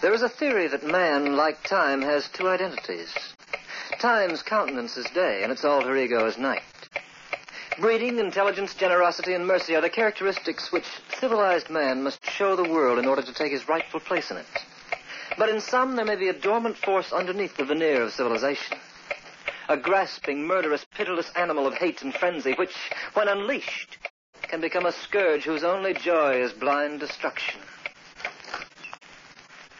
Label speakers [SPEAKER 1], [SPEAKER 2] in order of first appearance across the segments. [SPEAKER 1] There's a theory that man, like time, has two identities. Time's countenance is day, and its alter ego is night. Breeding, intelligence, generosity, and mercy are the characteristics which civilized man must show the world in order to take his rightful place in it. But in some, there may be a dormant force underneath the veneer of civilization. A grasping, murderous, pitiless animal of hate and frenzy, which, when unleashed, can become a scourge whose only joy is blind destruction.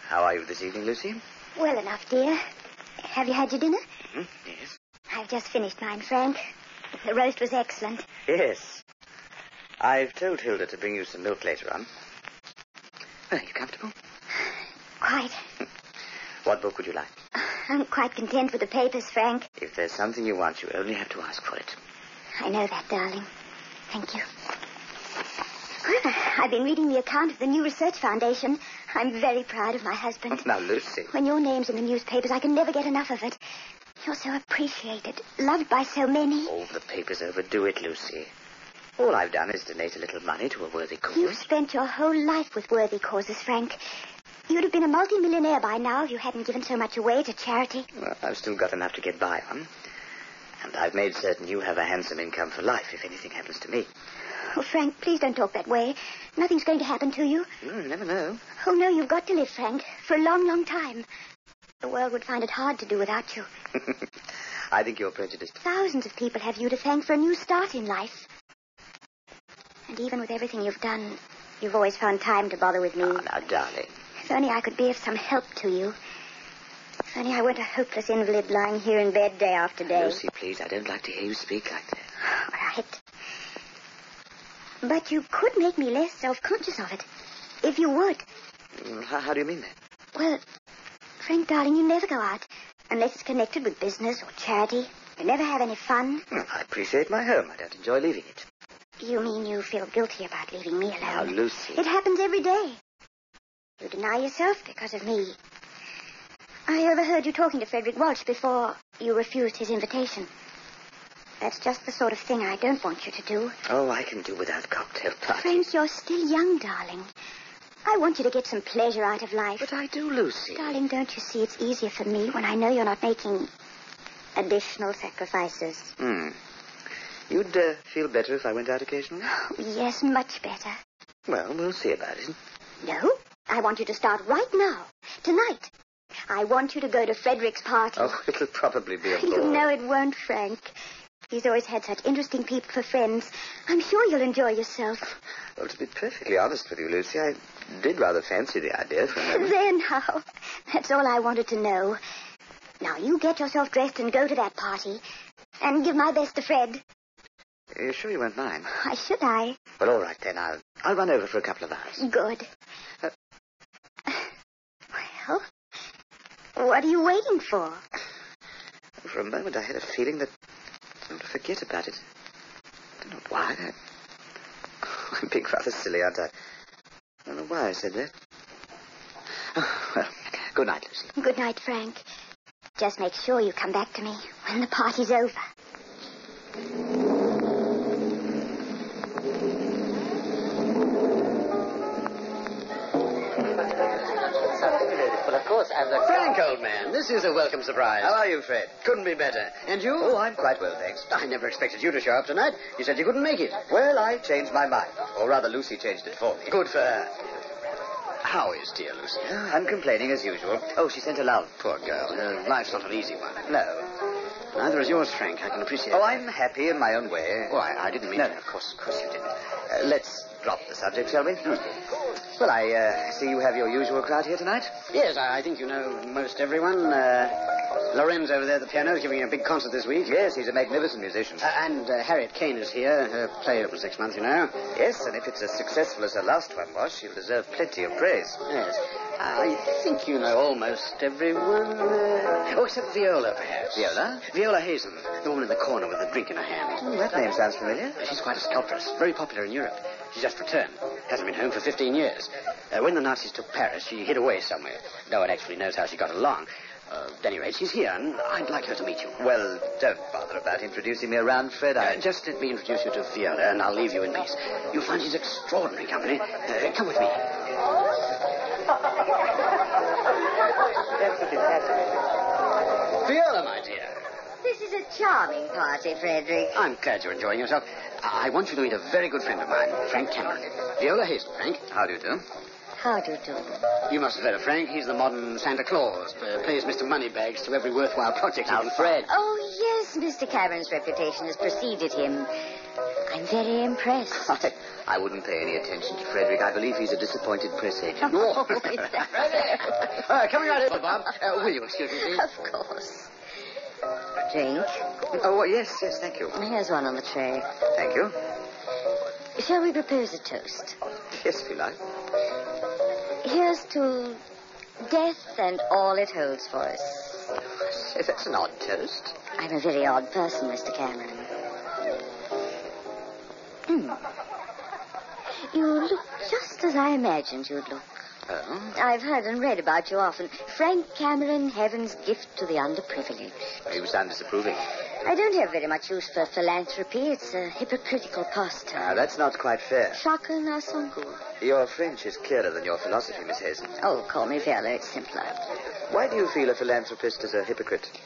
[SPEAKER 1] How are you this evening, Lucy?
[SPEAKER 2] Well enough, dear. Have you had your dinner?
[SPEAKER 1] Hmm? Yes.
[SPEAKER 2] I've just finished mine, Frank. The roast was excellent.
[SPEAKER 3] Yes. I've told Hilda to bring you some milk later on.
[SPEAKER 1] Are you comfortable?
[SPEAKER 2] Quite.
[SPEAKER 3] What book would you like?
[SPEAKER 2] I'm quite content with the papers, Frank.
[SPEAKER 3] If there's something you want, you only have to ask for it.
[SPEAKER 2] I know that, darling. Thank you. Well, I've been reading the account of the new research foundation. I'm very proud of my husband.
[SPEAKER 3] Now, Lucy.
[SPEAKER 2] When your name's in the newspapers, I can never get enough of it. You're so appreciated, loved by so many.
[SPEAKER 3] All the papers overdo it, Lucy. All I've done is donate a little money to a worthy cause.
[SPEAKER 2] You've spent your whole life with worthy causes, Frank. You'd have been a multimillionaire by now if you hadn't given so much away to charity.
[SPEAKER 3] Well, I've still got enough to get by on. And I've made certain you have a handsome income for life if anything happens to me.
[SPEAKER 2] Oh, Frank, please don't talk that way. Nothing's going to happen to you.
[SPEAKER 3] You never know.
[SPEAKER 2] Oh, no, you've got to live, Frank, for a long, long time. The world would find it hard to do without you.
[SPEAKER 3] I think you're prejudiced.
[SPEAKER 2] Thousands of people have you to thank for a new start in life. And even with everything you've done, you've always found time to bother with me.
[SPEAKER 3] Oh, now, darling.
[SPEAKER 2] If only I could be of some help to you. If only I weren't a hopeless invalid lying here in bed day after day.
[SPEAKER 3] Lucy, please, I don't like to hear you speak like that.
[SPEAKER 2] All right. But you could make me less self-conscious of it. If you would.
[SPEAKER 3] Mm, How, how do you mean that?
[SPEAKER 2] Well, Frank, darling, you never go out unless it's connected with business or charity. You never have any fun.
[SPEAKER 3] Well, Mm, I appreciate my home. I don't enjoy leaving it.
[SPEAKER 2] You mean you feel guilty about leaving me alone?
[SPEAKER 3] Now, Lucy.
[SPEAKER 2] It happens every day. You deny yourself because of me. I overheard you talking to Frederick Walsh before you refused his invitation. That's just the sort of thing I don't want you to do.
[SPEAKER 3] Oh, I can do without cocktail parties.
[SPEAKER 2] Frank, you're still young, darling. I want you to get some pleasure out of life.
[SPEAKER 3] But I do, Lucy.
[SPEAKER 2] Darling, don't you see it's easier for me when I know you're not making additional sacrifices?
[SPEAKER 3] Hmm. You'd uh, feel better if I went out occasionally?
[SPEAKER 2] Yes, much better.
[SPEAKER 3] Well, we'll see about it.
[SPEAKER 2] No, I want you to start right now, tonight. I want you to go to Frederick's party.
[SPEAKER 3] Oh, it'll probably be a bore.
[SPEAKER 2] You know it won't, Frank. He's always had such interesting people for friends. I'm sure you'll enjoy yourself.
[SPEAKER 3] Well, to be perfectly honest with you, Lucy, I did rather fancy the idea for a moment.
[SPEAKER 2] There now. That's all I wanted to know. Now, you get yourself dressed and go to that party. And give my best to Fred.
[SPEAKER 3] you sure you won't mind?
[SPEAKER 2] Why should I?
[SPEAKER 3] Well, all right then. I'll I'll run over for a couple of hours.
[SPEAKER 2] Good. Well, what are you waiting for?
[SPEAKER 3] For a moment, I had a feeling that I'd forget about it. I don't know why. I... I'm being rather silly, aren't I? I don't know why I said that. Oh, well, good night, Lucy.
[SPEAKER 2] Good night, Frank. Just make sure you come back to me when the party's over.
[SPEAKER 4] Well, of course, I'm the... Frank, old man, this is a welcome surprise.
[SPEAKER 3] How are you, Fred?
[SPEAKER 4] Couldn't be better. And you?
[SPEAKER 3] Oh, I'm quite well, thanks.
[SPEAKER 4] I never expected you to show up tonight. You said you couldn't make it.
[SPEAKER 3] Well, I changed my mind, or rather, Lucy changed it for me.
[SPEAKER 4] Good for her. How is dear Lucy?
[SPEAKER 3] I'm complaining as usual. Oh, she sent her love.
[SPEAKER 4] Poor girl. Her life's not an easy one.
[SPEAKER 3] No.
[SPEAKER 4] Neither is yours, Frank. I can appreciate
[SPEAKER 3] Oh,
[SPEAKER 4] that.
[SPEAKER 3] I'm happy in my own way.
[SPEAKER 4] Oh, I, I didn't mean
[SPEAKER 3] No,
[SPEAKER 4] to.
[SPEAKER 3] no, of course, of course you didn't. Uh, let's drop the subject, shall we?
[SPEAKER 4] Hmm.
[SPEAKER 3] Well, I uh, see you have your usual crowd here tonight.
[SPEAKER 4] Yes, I, I think you know most everyone. Uh, Lorenz over there at the piano is giving a big concert this week.
[SPEAKER 3] Yes, he's a magnificent musician.
[SPEAKER 4] Uh, and uh, Harriet Kane is here. Her play opened six months, you know.
[SPEAKER 3] Yes, and if it's as successful as her last one was, she'll deserve plenty of praise.
[SPEAKER 4] Yes. I think you know almost everyone. Uh, oh, except Viola, perhaps.
[SPEAKER 3] Viola?
[SPEAKER 4] Viola Hazen, the woman in the corner with the drink in her hand.
[SPEAKER 3] Oh, that name sounds familiar.
[SPEAKER 4] She's quite a sculptress, very popular in Europe. She just returned. Hasn't been home for 15 years. Uh, when the Nazis took Paris, she hid away somewhere. No one actually knows how she got along. Uh, at any rate, she's here, and I'd like her to meet you.
[SPEAKER 3] Well, don't bother about introducing me around, Fred. I...
[SPEAKER 4] Uh, just let me introduce you to Viola, and I'll leave you in peace. You'll find she's extraordinary company. Uh, come with me.
[SPEAKER 3] That's a bit bad.
[SPEAKER 5] Viola, my dear.
[SPEAKER 2] This is a charming party, Frederick.
[SPEAKER 5] I'm glad you're enjoying yourself. I I want you to meet a very good friend of mine, Frank Cameron. Viola Hazel, Frank. How do you do?
[SPEAKER 2] How do you do?
[SPEAKER 5] You must have heard of Frank. He's the modern Santa Claus. Uh, plays Mr. Moneybags to every worthwhile project. Now, Fred.
[SPEAKER 2] Oh, yes, Mr. Cameron's reputation has preceded him. I'm very impressed.
[SPEAKER 3] I, I wouldn't pay any attention to Frederick. I believe he's a disappointed press agent.
[SPEAKER 5] Oh, uh, coming right over, Bob. Uh, will you excuse me, please?
[SPEAKER 2] of course. Drink.
[SPEAKER 3] Oh, well, yes, yes, thank you.
[SPEAKER 2] Here's one on the tray.
[SPEAKER 3] Thank you.
[SPEAKER 2] Shall we propose a toast?
[SPEAKER 3] Yes, if you like.
[SPEAKER 2] Here's to death and all it holds for us.
[SPEAKER 3] Say, that's an odd toast.
[SPEAKER 2] I'm a very odd person, Mr. Cameron. Hmm. You look just as I imagined you'd look.
[SPEAKER 3] Oh,
[SPEAKER 2] I've heard and read about you often. Frank Cameron, heaven's gift to the underprivileged.
[SPEAKER 3] he was sound disapproving.
[SPEAKER 2] I don't have very much use for philanthropy. It's a hypocritical
[SPEAKER 3] Now,
[SPEAKER 2] pastime.
[SPEAKER 3] that's not quite fair.
[SPEAKER 2] Chacun a son goût.
[SPEAKER 3] Your French is clearer than your philosophy, Miss Hazen.
[SPEAKER 2] Oh, call me Viola. It's simpler.
[SPEAKER 3] Why do you feel a philanthropist is a hypocrite?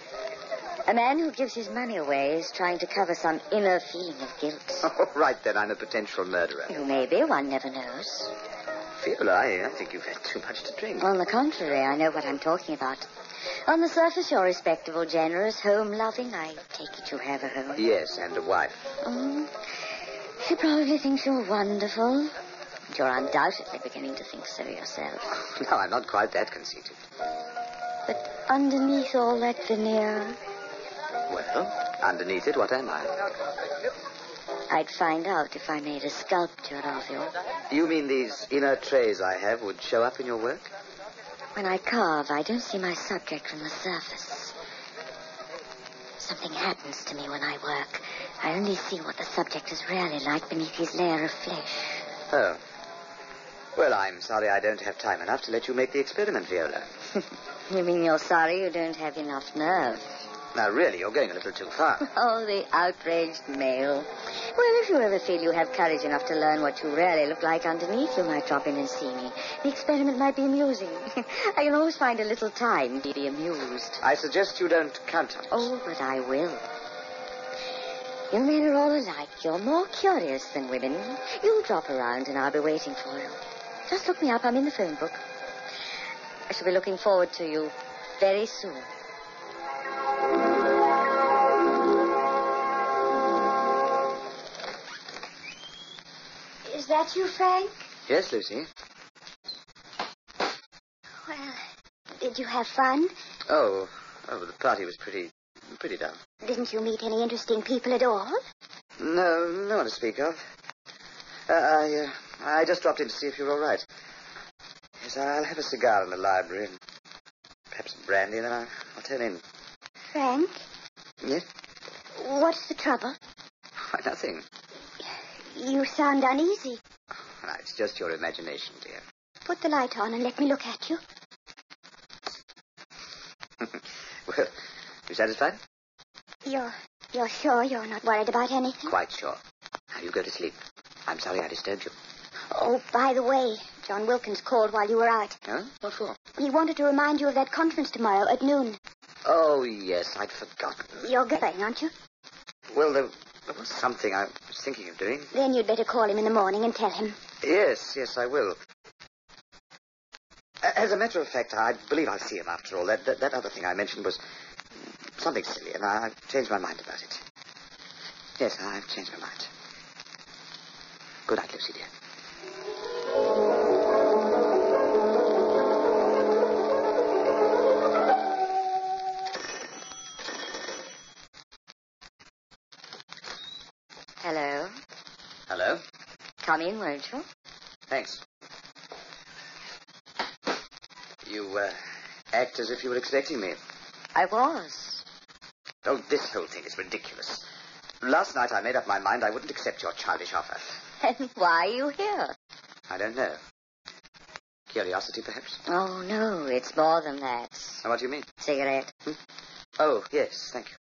[SPEAKER 2] A man who gives his money away is trying to cover some inner feeling of guilt.
[SPEAKER 3] Oh, right then, I'm a potential murderer.
[SPEAKER 2] You may be. One never knows.
[SPEAKER 3] Feel I, I think you've had too much to drink.
[SPEAKER 2] On the contrary, I know what I'm talking about. On the surface, you're respectable, generous, home-loving. I take it you have a home.
[SPEAKER 3] Yes, and a wife.
[SPEAKER 2] Mm. She probably thinks you're wonderful. And You're undoubtedly beginning to think so yourself.
[SPEAKER 3] No, I'm not quite that conceited.
[SPEAKER 2] But underneath all that veneer,
[SPEAKER 3] Well, underneath it, what am I?
[SPEAKER 2] I'd find out if I made a sculpture of you.
[SPEAKER 3] You mean these inner trays I have would show up in your work?
[SPEAKER 2] When I carve, I don't see my subject from the surface. Something happens to me when I work. I only see what the subject is really like beneath his layer of flesh.
[SPEAKER 3] Oh. Well, I'm sorry I don't have time enough to let you make the experiment, Viola.
[SPEAKER 2] You mean you're sorry you don't have enough nerve?
[SPEAKER 3] Now, really, you're going a little too far.
[SPEAKER 2] Oh, the outraged male. Well, if you ever feel you have courage enough to learn what you really look like underneath, you might drop in and see me. The experiment might be amusing. I can always find a little time to be amused.
[SPEAKER 3] I suggest you don't count on it.
[SPEAKER 2] Oh, but I will. You men are all alike. You're more curious than women. You drop around and I'll be waiting for you. Just look me up. I'm in the phone book. I shall be looking forward to you very soon.
[SPEAKER 6] Is that you, Frank?
[SPEAKER 3] Yes, Lucy.
[SPEAKER 6] Well, did you have fun?
[SPEAKER 3] Oh, oh, the party was pretty, pretty dull.
[SPEAKER 6] Didn't you meet any interesting people at all?
[SPEAKER 3] No, no one to speak of. Uh, I, uh, I just dropped in to see if you're all right. Yes, I'll have a cigar in the library and perhaps a brandy, and then I'll, I'll turn in.
[SPEAKER 6] Frank,
[SPEAKER 3] Yes?
[SPEAKER 6] what's the trouble?
[SPEAKER 3] Why, nothing.
[SPEAKER 6] You sound uneasy.
[SPEAKER 3] Well, it's just your imagination, dear.
[SPEAKER 6] Put the light on and let me look at you.
[SPEAKER 3] Well, you satisfied?
[SPEAKER 6] You're you're sure you're not worried about anything?
[SPEAKER 3] Quite sure. Now you go to sleep. I'm sorry I disturbed you.
[SPEAKER 6] Oh, by the way, John Wilkins called while you were out.
[SPEAKER 3] Huh? What for?
[SPEAKER 6] He wanted to remind you of that conference tomorrow at noon.
[SPEAKER 3] Oh, yes, I'd forgotten.
[SPEAKER 6] You're going, aren't you?
[SPEAKER 3] Well, there, there was something I was thinking of doing.
[SPEAKER 6] Then you'd better call him in the morning and tell him.
[SPEAKER 3] Yes, yes, I will. A- As a matter of fact, I believe I'll see him after all. That, that, that other thing I mentioned was something silly, and I, I've changed my mind about it. Yes, I've changed my mind. Good night, Lucy, dear.
[SPEAKER 2] Hello.
[SPEAKER 3] Hello?
[SPEAKER 2] Come in, won't you?
[SPEAKER 3] Thanks. You uh, act as if you were expecting me.
[SPEAKER 2] I was.
[SPEAKER 3] Oh, this whole thing is ridiculous. Last night I made up my mind I wouldn't accept your childish offer.
[SPEAKER 2] Then why are you here?
[SPEAKER 3] I don't know. Curiosity, perhaps?
[SPEAKER 2] Oh, no, it's more than that.
[SPEAKER 3] And what do you mean?
[SPEAKER 2] Cigarette.
[SPEAKER 3] Oh, yes, thank you.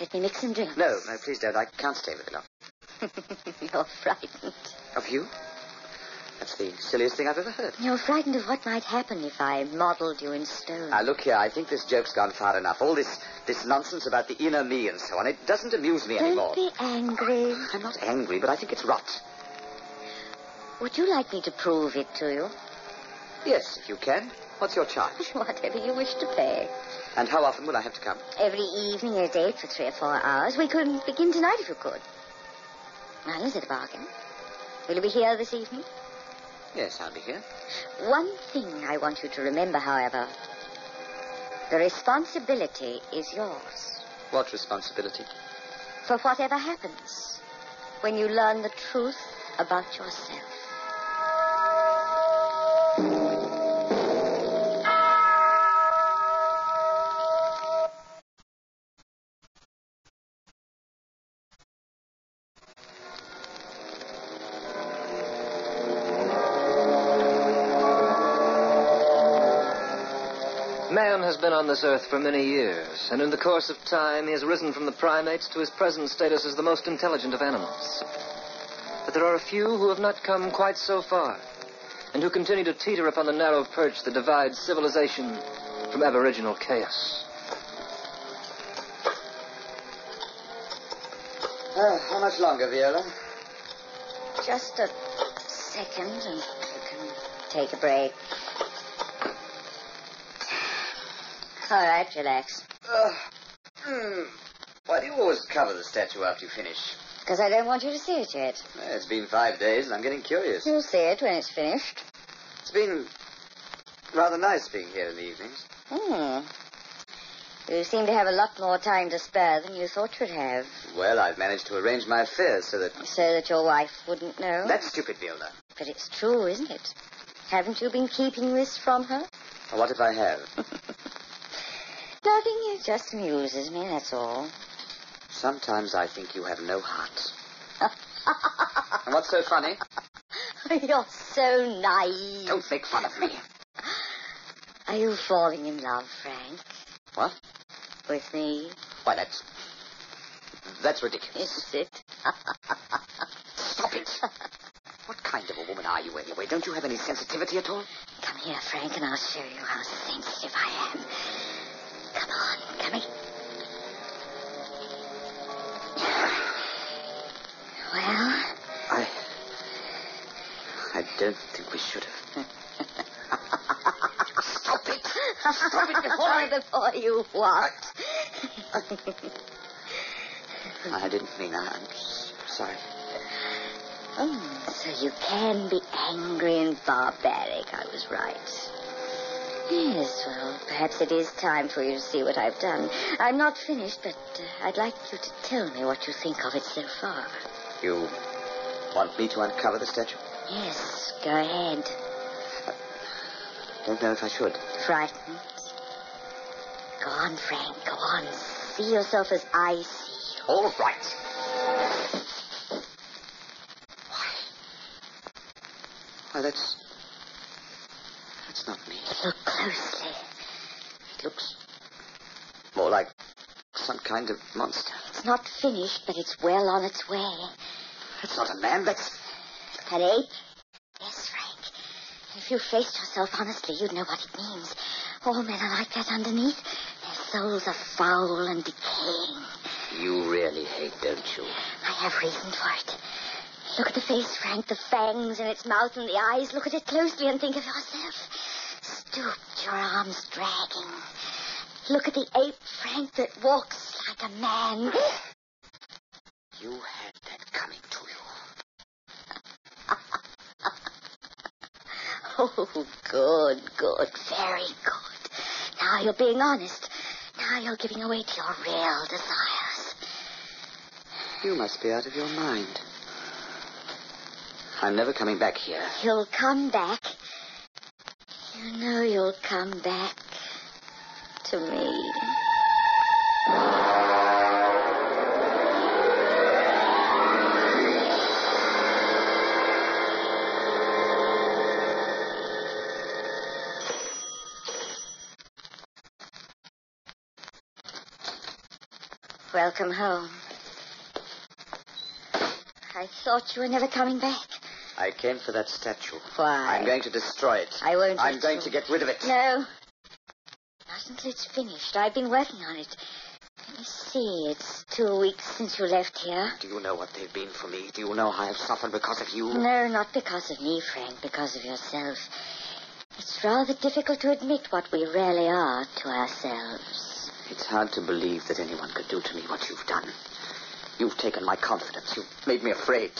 [SPEAKER 2] Let me mix some drinks.
[SPEAKER 3] No, no, please don't. I can't stay with you long.
[SPEAKER 2] You're frightened.
[SPEAKER 3] Of you? That's the silliest thing I've ever heard.
[SPEAKER 2] You're frightened of what might happen if I modeled you in stone.
[SPEAKER 3] Now, look here, I think this joke's gone far enough. All this, this nonsense about the inner me and so on, it doesn't amuse me anymore.
[SPEAKER 2] Don't be angry.
[SPEAKER 3] I'm not angry, but I think it's rot.
[SPEAKER 2] Would you like me to prove it to you?
[SPEAKER 3] Yes, if you can. What's your charge?
[SPEAKER 2] Whatever you wish to pay.
[SPEAKER 3] And how often will I have to come?
[SPEAKER 2] Every evening at eight for three or four hours. We could begin tonight if you could. Now, is it a bargain? Will you be here this evening?
[SPEAKER 3] Yes, I'll be here.
[SPEAKER 2] One thing I want you to remember, however. The responsibility is yours
[SPEAKER 3] What responsibility?
[SPEAKER 2] for whatever happens when you learn the truth about yourself.
[SPEAKER 1] Man has been on this earth for many years, and in the course of time he has risen from the primates to his present status as the most intelligent of animals. But there are a few who have not come quite so far, and who continue to teeter upon the narrow perch that divides civilization from aboriginal chaos.
[SPEAKER 3] Uh, how much longer, Viola?
[SPEAKER 2] Just a second, and you can take a break. All right, relax.
[SPEAKER 3] Uh, hmm. Why do you always cover the statue after you finish?
[SPEAKER 2] Because I don't want you to see it yet.
[SPEAKER 3] Uh, It's been five days, and I'm getting curious.
[SPEAKER 2] You'll see it when it's finished.
[SPEAKER 3] It's been rather nice being here in the evenings.
[SPEAKER 2] Hmm. You seem to have a lot more time to spare than you thought you'd have,
[SPEAKER 3] Well, I've managed to arrange my affairs so that.
[SPEAKER 2] so that your wife wouldn't know.
[SPEAKER 3] That's stupid, Viola.
[SPEAKER 2] But it's true, isn't it? Haven't you been keeping this from her?
[SPEAKER 3] Now, What if I have?
[SPEAKER 2] Nothing. It just amuses me, that's all.
[SPEAKER 3] Sometimes I think you have no heart. and what's so funny?
[SPEAKER 2] You're so naive.
[SPEAKER 3] Don't make fun of me.
[SPEAKER 2] Are you falling in love, Frank?
[SPEAKER 3] What?
[SPEAKER 2] With me?
[SPEAKER 3] Why, that's. That's ridiculous.
[SPEAKER 2] Is it?
[SPEAKER 3] Stop it. What kind of a woman are you, anyway? Don't you have any sensitivity at all?
[SPEAKER 2] Come here, Frank, and I'll show you how sensitive I am. Come on, come here. Well,
[SPEAKER 3] I. I don't think we should have. Stop it! Stop it before I.
[SPEAKER 2] before you what?
[SPEAKER 3] I didn't mean that. I'm s- sorry.
[SPEAKER 2] Oh, so you can be angry and barbaric. I was right. Yes, well, perhaps it is time for you to see what I've done. I'm not finished, but uh, I'd like you to tell me what you think of it so far.
[SPEAKER 3] You want me to uncover the statue?
[SPEAKER 2] Yes, go ahead.
[SPEAKER 3] Don't know if I should.
[SPEAKER 2] Frightened? Go on, Frank, go on. See yourself as I see you.
[SPEAKER 3] All right. Why? Why, that's. That's not me.
[SPEAKER 2] Look closely.
[SPEAKER 3] It looks more like some kind of monster.
[SPEAKER 2] It's not finished, but it's well on its way.
[SPEAKER 3] That's not a man, that's.
[SPEAKER 2] An ape? Yes, Frank. If you faced yourself honestly, you'd know what it means. All men are like that underneath. Their souls are foul and decaying.
[SPEAKER 3] You really hate, don't you?
[SPEAKER 2] I have reason for it. Look at the face, Frank, the fangs in its mouth and the eyes. Look at it closely and think of yourself. Stooped, your arms dragging. Look at the ape, Frank, that walks like a man.
[SPEAKER 3] You had that coming to you.
[SPEAKER 2] Oh, good, good, very good. Now you're being honest. Now you're giving away to your real desires.
[SPEAKER 3] You must be out of your mind. I'm never coming back here.
[SPEAKER 2] You'll come back. You know you'll come back to me. Welcome home. I thought you were never coming back.
[SPEAKER 3] I came for that statue.
[SPEAKER 2] Why?
[SPEAKER 3] I'm going to destroy it.
[SPEAKER 2] I won't
[SPEAKER 3] I'm
[SPEAKER 2] let
[SPEAKER 3] going
[SPEAKER 2] you.
[SPEAKER 3] to get rid of it.
[SPEAKER 2] No. Not until it's finished. I've been working on it. Let me see. It's two weeks since you left here.
[SPEAKER 3] Do you know what they've been for me? Do you know how I've suffered because of you?
[SPEAKER 2] No, not because of me, Frank, because of yourself. It's rather difficult to admit what we really are to ourselves.
[SPEAKER 3] It's hard to believe that anyone could do to me what you've done. You've taken my confidence. You've made me afraid.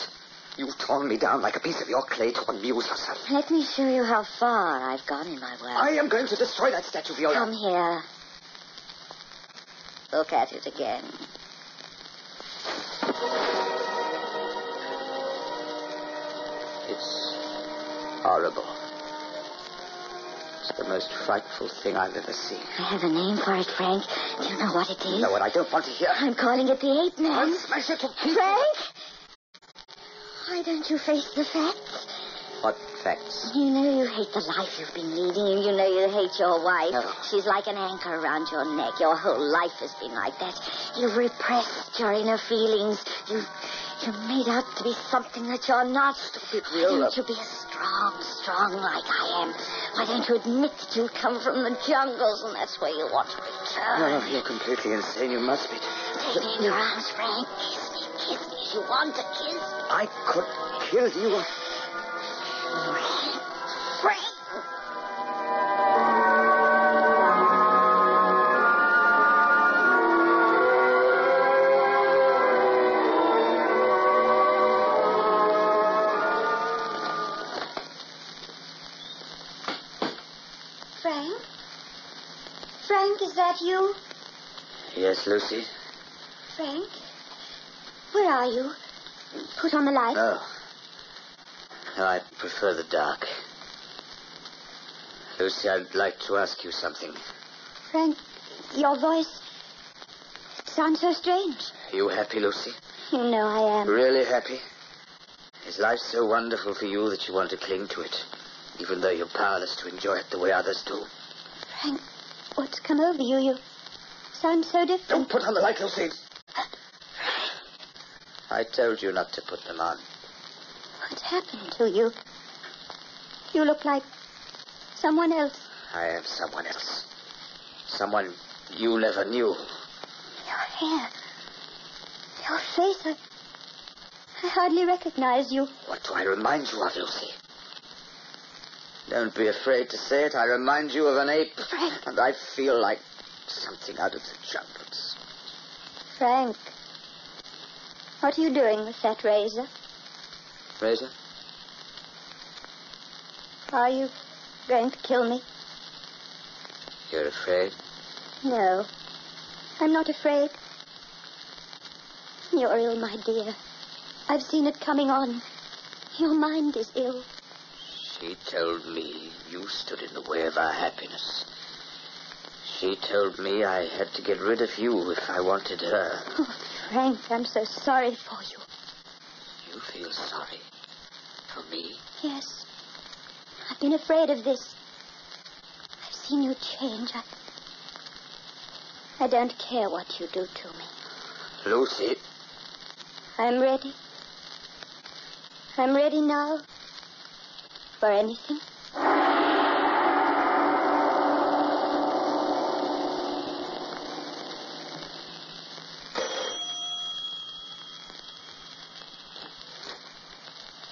[SPEAKER 3] You've torn me down like a piece of your clay to amuse yourself.
[SPEAKER 2] Let me show you how far I've gone in my work.
[SPEAKER 3] I am going to destroy that statue, Viola.
[SPEAKER 2] Come here. Look at it again.
[SPEAKER 3] It's horrible. It's the most frightful thing I've ever seen.
[SPEAKER 2] I have a name for it, Frank. Do you know what it is?
[SPEAKER 3] No, and I don't want to hear.
[SPEAKER 2] I'm calling it the Ape Man.
[SPEAKER 3] I'll smash it to pieces.
[SPEAKER 2] Frank? Why don't you face the facts?
[SPEAKER 3] What facts?
[SPEAKER 2] You know you hate the life you've been leading. You, you know you hate your wife.
[SPEAKER 3] No.
[SPEAKER 2] She's like an anchor around your neck. Your whole life has been like that. You've repressed your inner feelings. You've you're made out to be something that you're not.
[SPEAKER 3] it,
[SPEAKER 2] Why
[SPEAKER 3] Viola.
[SPEAKER 2] don't you be strong, strong like I am? Why don't you admit that you come from the jungles and that's where you want to return?
[SPEAKER 3] Oh, you're completely insane. You must be.
[SPEAKER 2] Take me in your arms, Frank. Kiss me, kiss me if you want to kiss me.
[SPEAKER 3] I could kill you.
[SPEAKER 2] Frank!
[SPEAKER 6] Frank? Frank, is that you?
[SPEAKER 3] Yes, Lucy.
[SPEAKER 6] Frank? Where are you? Put on the light.
[SPEAKER 3] No. No, I prefer the dark. Lucy, I'd like to ask you something.
[SPEAKER 6] Frank, your voice sounds so strange.
[SPEAKER 3] Are you happy, Lucy?
[SPEAKER 6] You know I am.
[SPEAKER 3] Really happy? Is life so wonderful for you that you want to cling to it, even though you're powerless to enjoy it the way others do?
[SPEAKER 6] Frank, what's come over you? You sound so different.
[SPEAKER 3] put on the light, Lucy. I told you not to put them on.
[SPEAKER 6] What's happened to you? You look like someone else.
[SPEAKER 3] I am someone else. Someone you never knew.
[SPEAKER 6] Your hair. Your face. I, I hardly recognize you.
[SPEAKER 3] What do I remind you of, Lucy? Don't be afraid to say it. I remind you of an ape.
[SPEAKER 6] Frank.
[SPEAKER 3] And I feel like something out of the jungles.
[SPEAKER 6] Frank. What are you doing with that razor?
[SPEAKER 3] Razor?
[SPEAKER 6] Are you going to kill me?
[SPEAKER 3] You're afraid?
[SPEAKER 6] No. I'm not afraid. You're ill, my dear. I've seen it coming on. Your mind is ill.
[SPEAKER 3] She told me you stood in the way of our happiness. She told me I had to get rid of you if I wanted her.
[SPEAKER 6] Oh, Frank, I'm so sorry for you.
[SPEAKER 3] You feel sorry for me?
[SPEAKER 6] Yes. I've been afraid of this. I've seen you change. I, I don't care what you do to me.
[SPEAKER 3] Lucy,
[SPEAKER 6] I'm ready. I'm ready now for anything.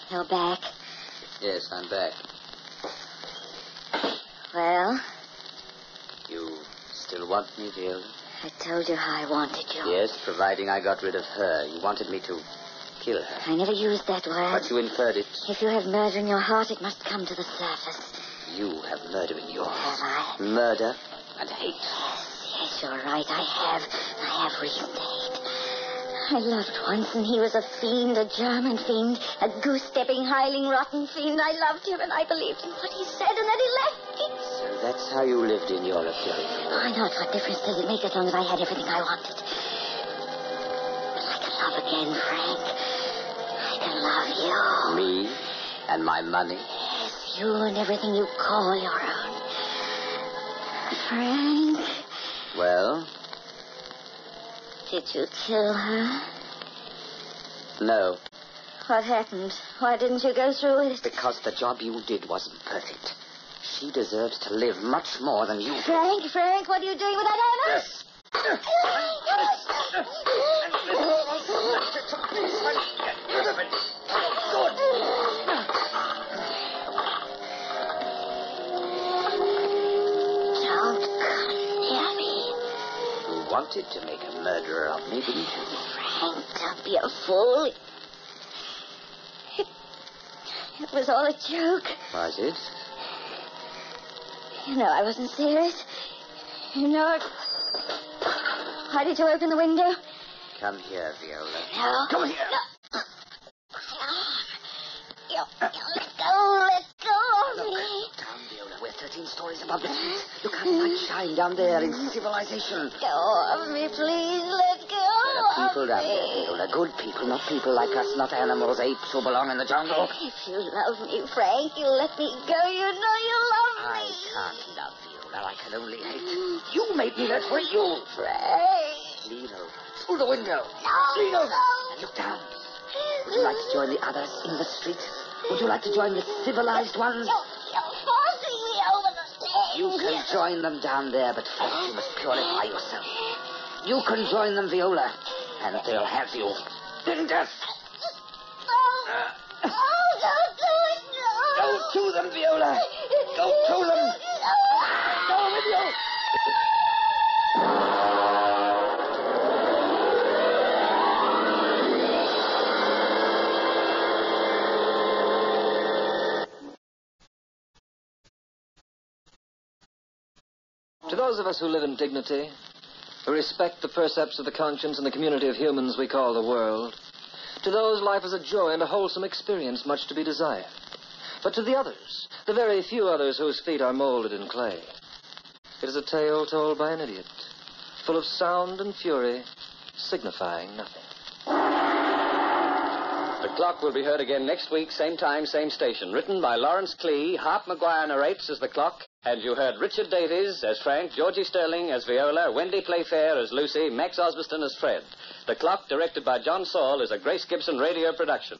[SPEAKER 2] You're back.
[SPEAKER 3] Yes, I'm back.
[SPEAKER 2] Well,
[SPEAKER 3] You still want me, Viola?
[SPEAKER 2] I told you how I wanted you.
[SPEAKER 3] Yes, providing I got rid of her. You wanted me to kill her.
[SPEAKER 2] I never used that word.
[SPEAKER 3] But you inferred it.
[SPEAKER 2] If you have murder in your heart, it must come to the surface.
[SPEAKER 3] You have murder in
[SPEAKER 2] Have
[SPEAKER 3] yours.
[SPEAKER 2] I?
[SPEAKER 3] Murder and hate.
[SPEAKER 2] Yes, yes, you're right. I have. I have reason to hate. I loved once, and he was a fiend, a German fiend, a goose-stepping, hiling, rotten fiend. I loved him, and I believed in what he said, and then he left me.
[SPEAKER 3] So that's how you lived in Europe, Viola.
[SPEAKER 2] Why not? What difference does it make as long as I had everything I wanted? But I can love again, Frank. I can love you.
[SPEAKER 3] Me and my money.
[SPEAKER 2] Yes, you and everything you call your own. Frank,
[SPEAKER 3] Well,
[SPEAKER 2] did you kill her?
[SPEAKER 3] no.
[SPEAKER 2] What happened? Why didn't you go through with it?
[SPEAKER 3] Because the job you did wasn't perfect. She deserves to live much more than you.
[SPEAKER 2] Frank, Frank, what are you doing with that hammer? Don't come near me,
[SPEAKER 3] You wanted to make a murderer of me, didn't you?
[SPEAKER 2] Frank. Don't be a fool. It, it was all a joke.
[SPEAKER 3] Was it?
[SPEAKER 2] You know I wasn't serious. You know it. Why did you open the window?
[SPEAKER 3] Come here, Viola.
[SPEAKER 2] No.
[SPEAKER 3] Come here.
[SPEAKER 2] No. You, let go, let go of me.
[SPEAKER 3] Down, Viola. We're 13 stories above the street. Look how the light shine down there in civilization.
[SPEAKER 2] Let go of me, please. Let go
[SPEAKER 3] There are people
[SPEAKER 2] of
[SPEAKER 3] down there,
[SPEAKER 2] me.
[SPEAKER 3] Viola. Good people, not people like us, not animals, apes who belong in the jungle.
[SPEAKER 2] If you love me, Frank, you let me go. You know you love
[SPEAKER 3] I
[SPEAKER 2] me.
[SPEAKER 3] can't love Viola. I can only hate. You made me that way, you.
[SPEAKER 2] Frank.
[SPEAKER 3] Lino, through the window.
[SPEAKER 2] No,
[SPEAKER 3] Lino,
[SPEAKER 2] no.
[SPEAKER 3] and look down. Would you like to join the others in the street? Would you like to join the civilized ones?
[SPEAKER 2] You're, you're forcing me over the stairs.
[SPEAKER 3] You can join them down there, but first you must purify yourself. You can join them, Viola, and they'll have you. In death.
[SPEAKER 2] No. Oh, don't do it. No.
[SPEAKER 3] uh, Go to them, Viola. Go to them. Go with you.
[SPEAKER 1] To those of us who live in dignity, who respect the precepts of the conscience and the community of humans we call the world, to those life is a joy and a wholesome experience much to be desired. But to the others, the very few others whose feet are molded in clay, it is a tale told by an idiot, full of sound and fury, signifying nothing.
[SPEAKER 7] The Clock will be heard again next week, same time, same station. Written by Lawrence Clee, Hart McGuire narrates as The Clock, and you heard Richard Davies as Frank, Georgie Sterling as Viola, Wendy Playfair as Lucy, Max Osbaston as Fred. The Clock, directed by John Saul, is a Grace Gibson radio production.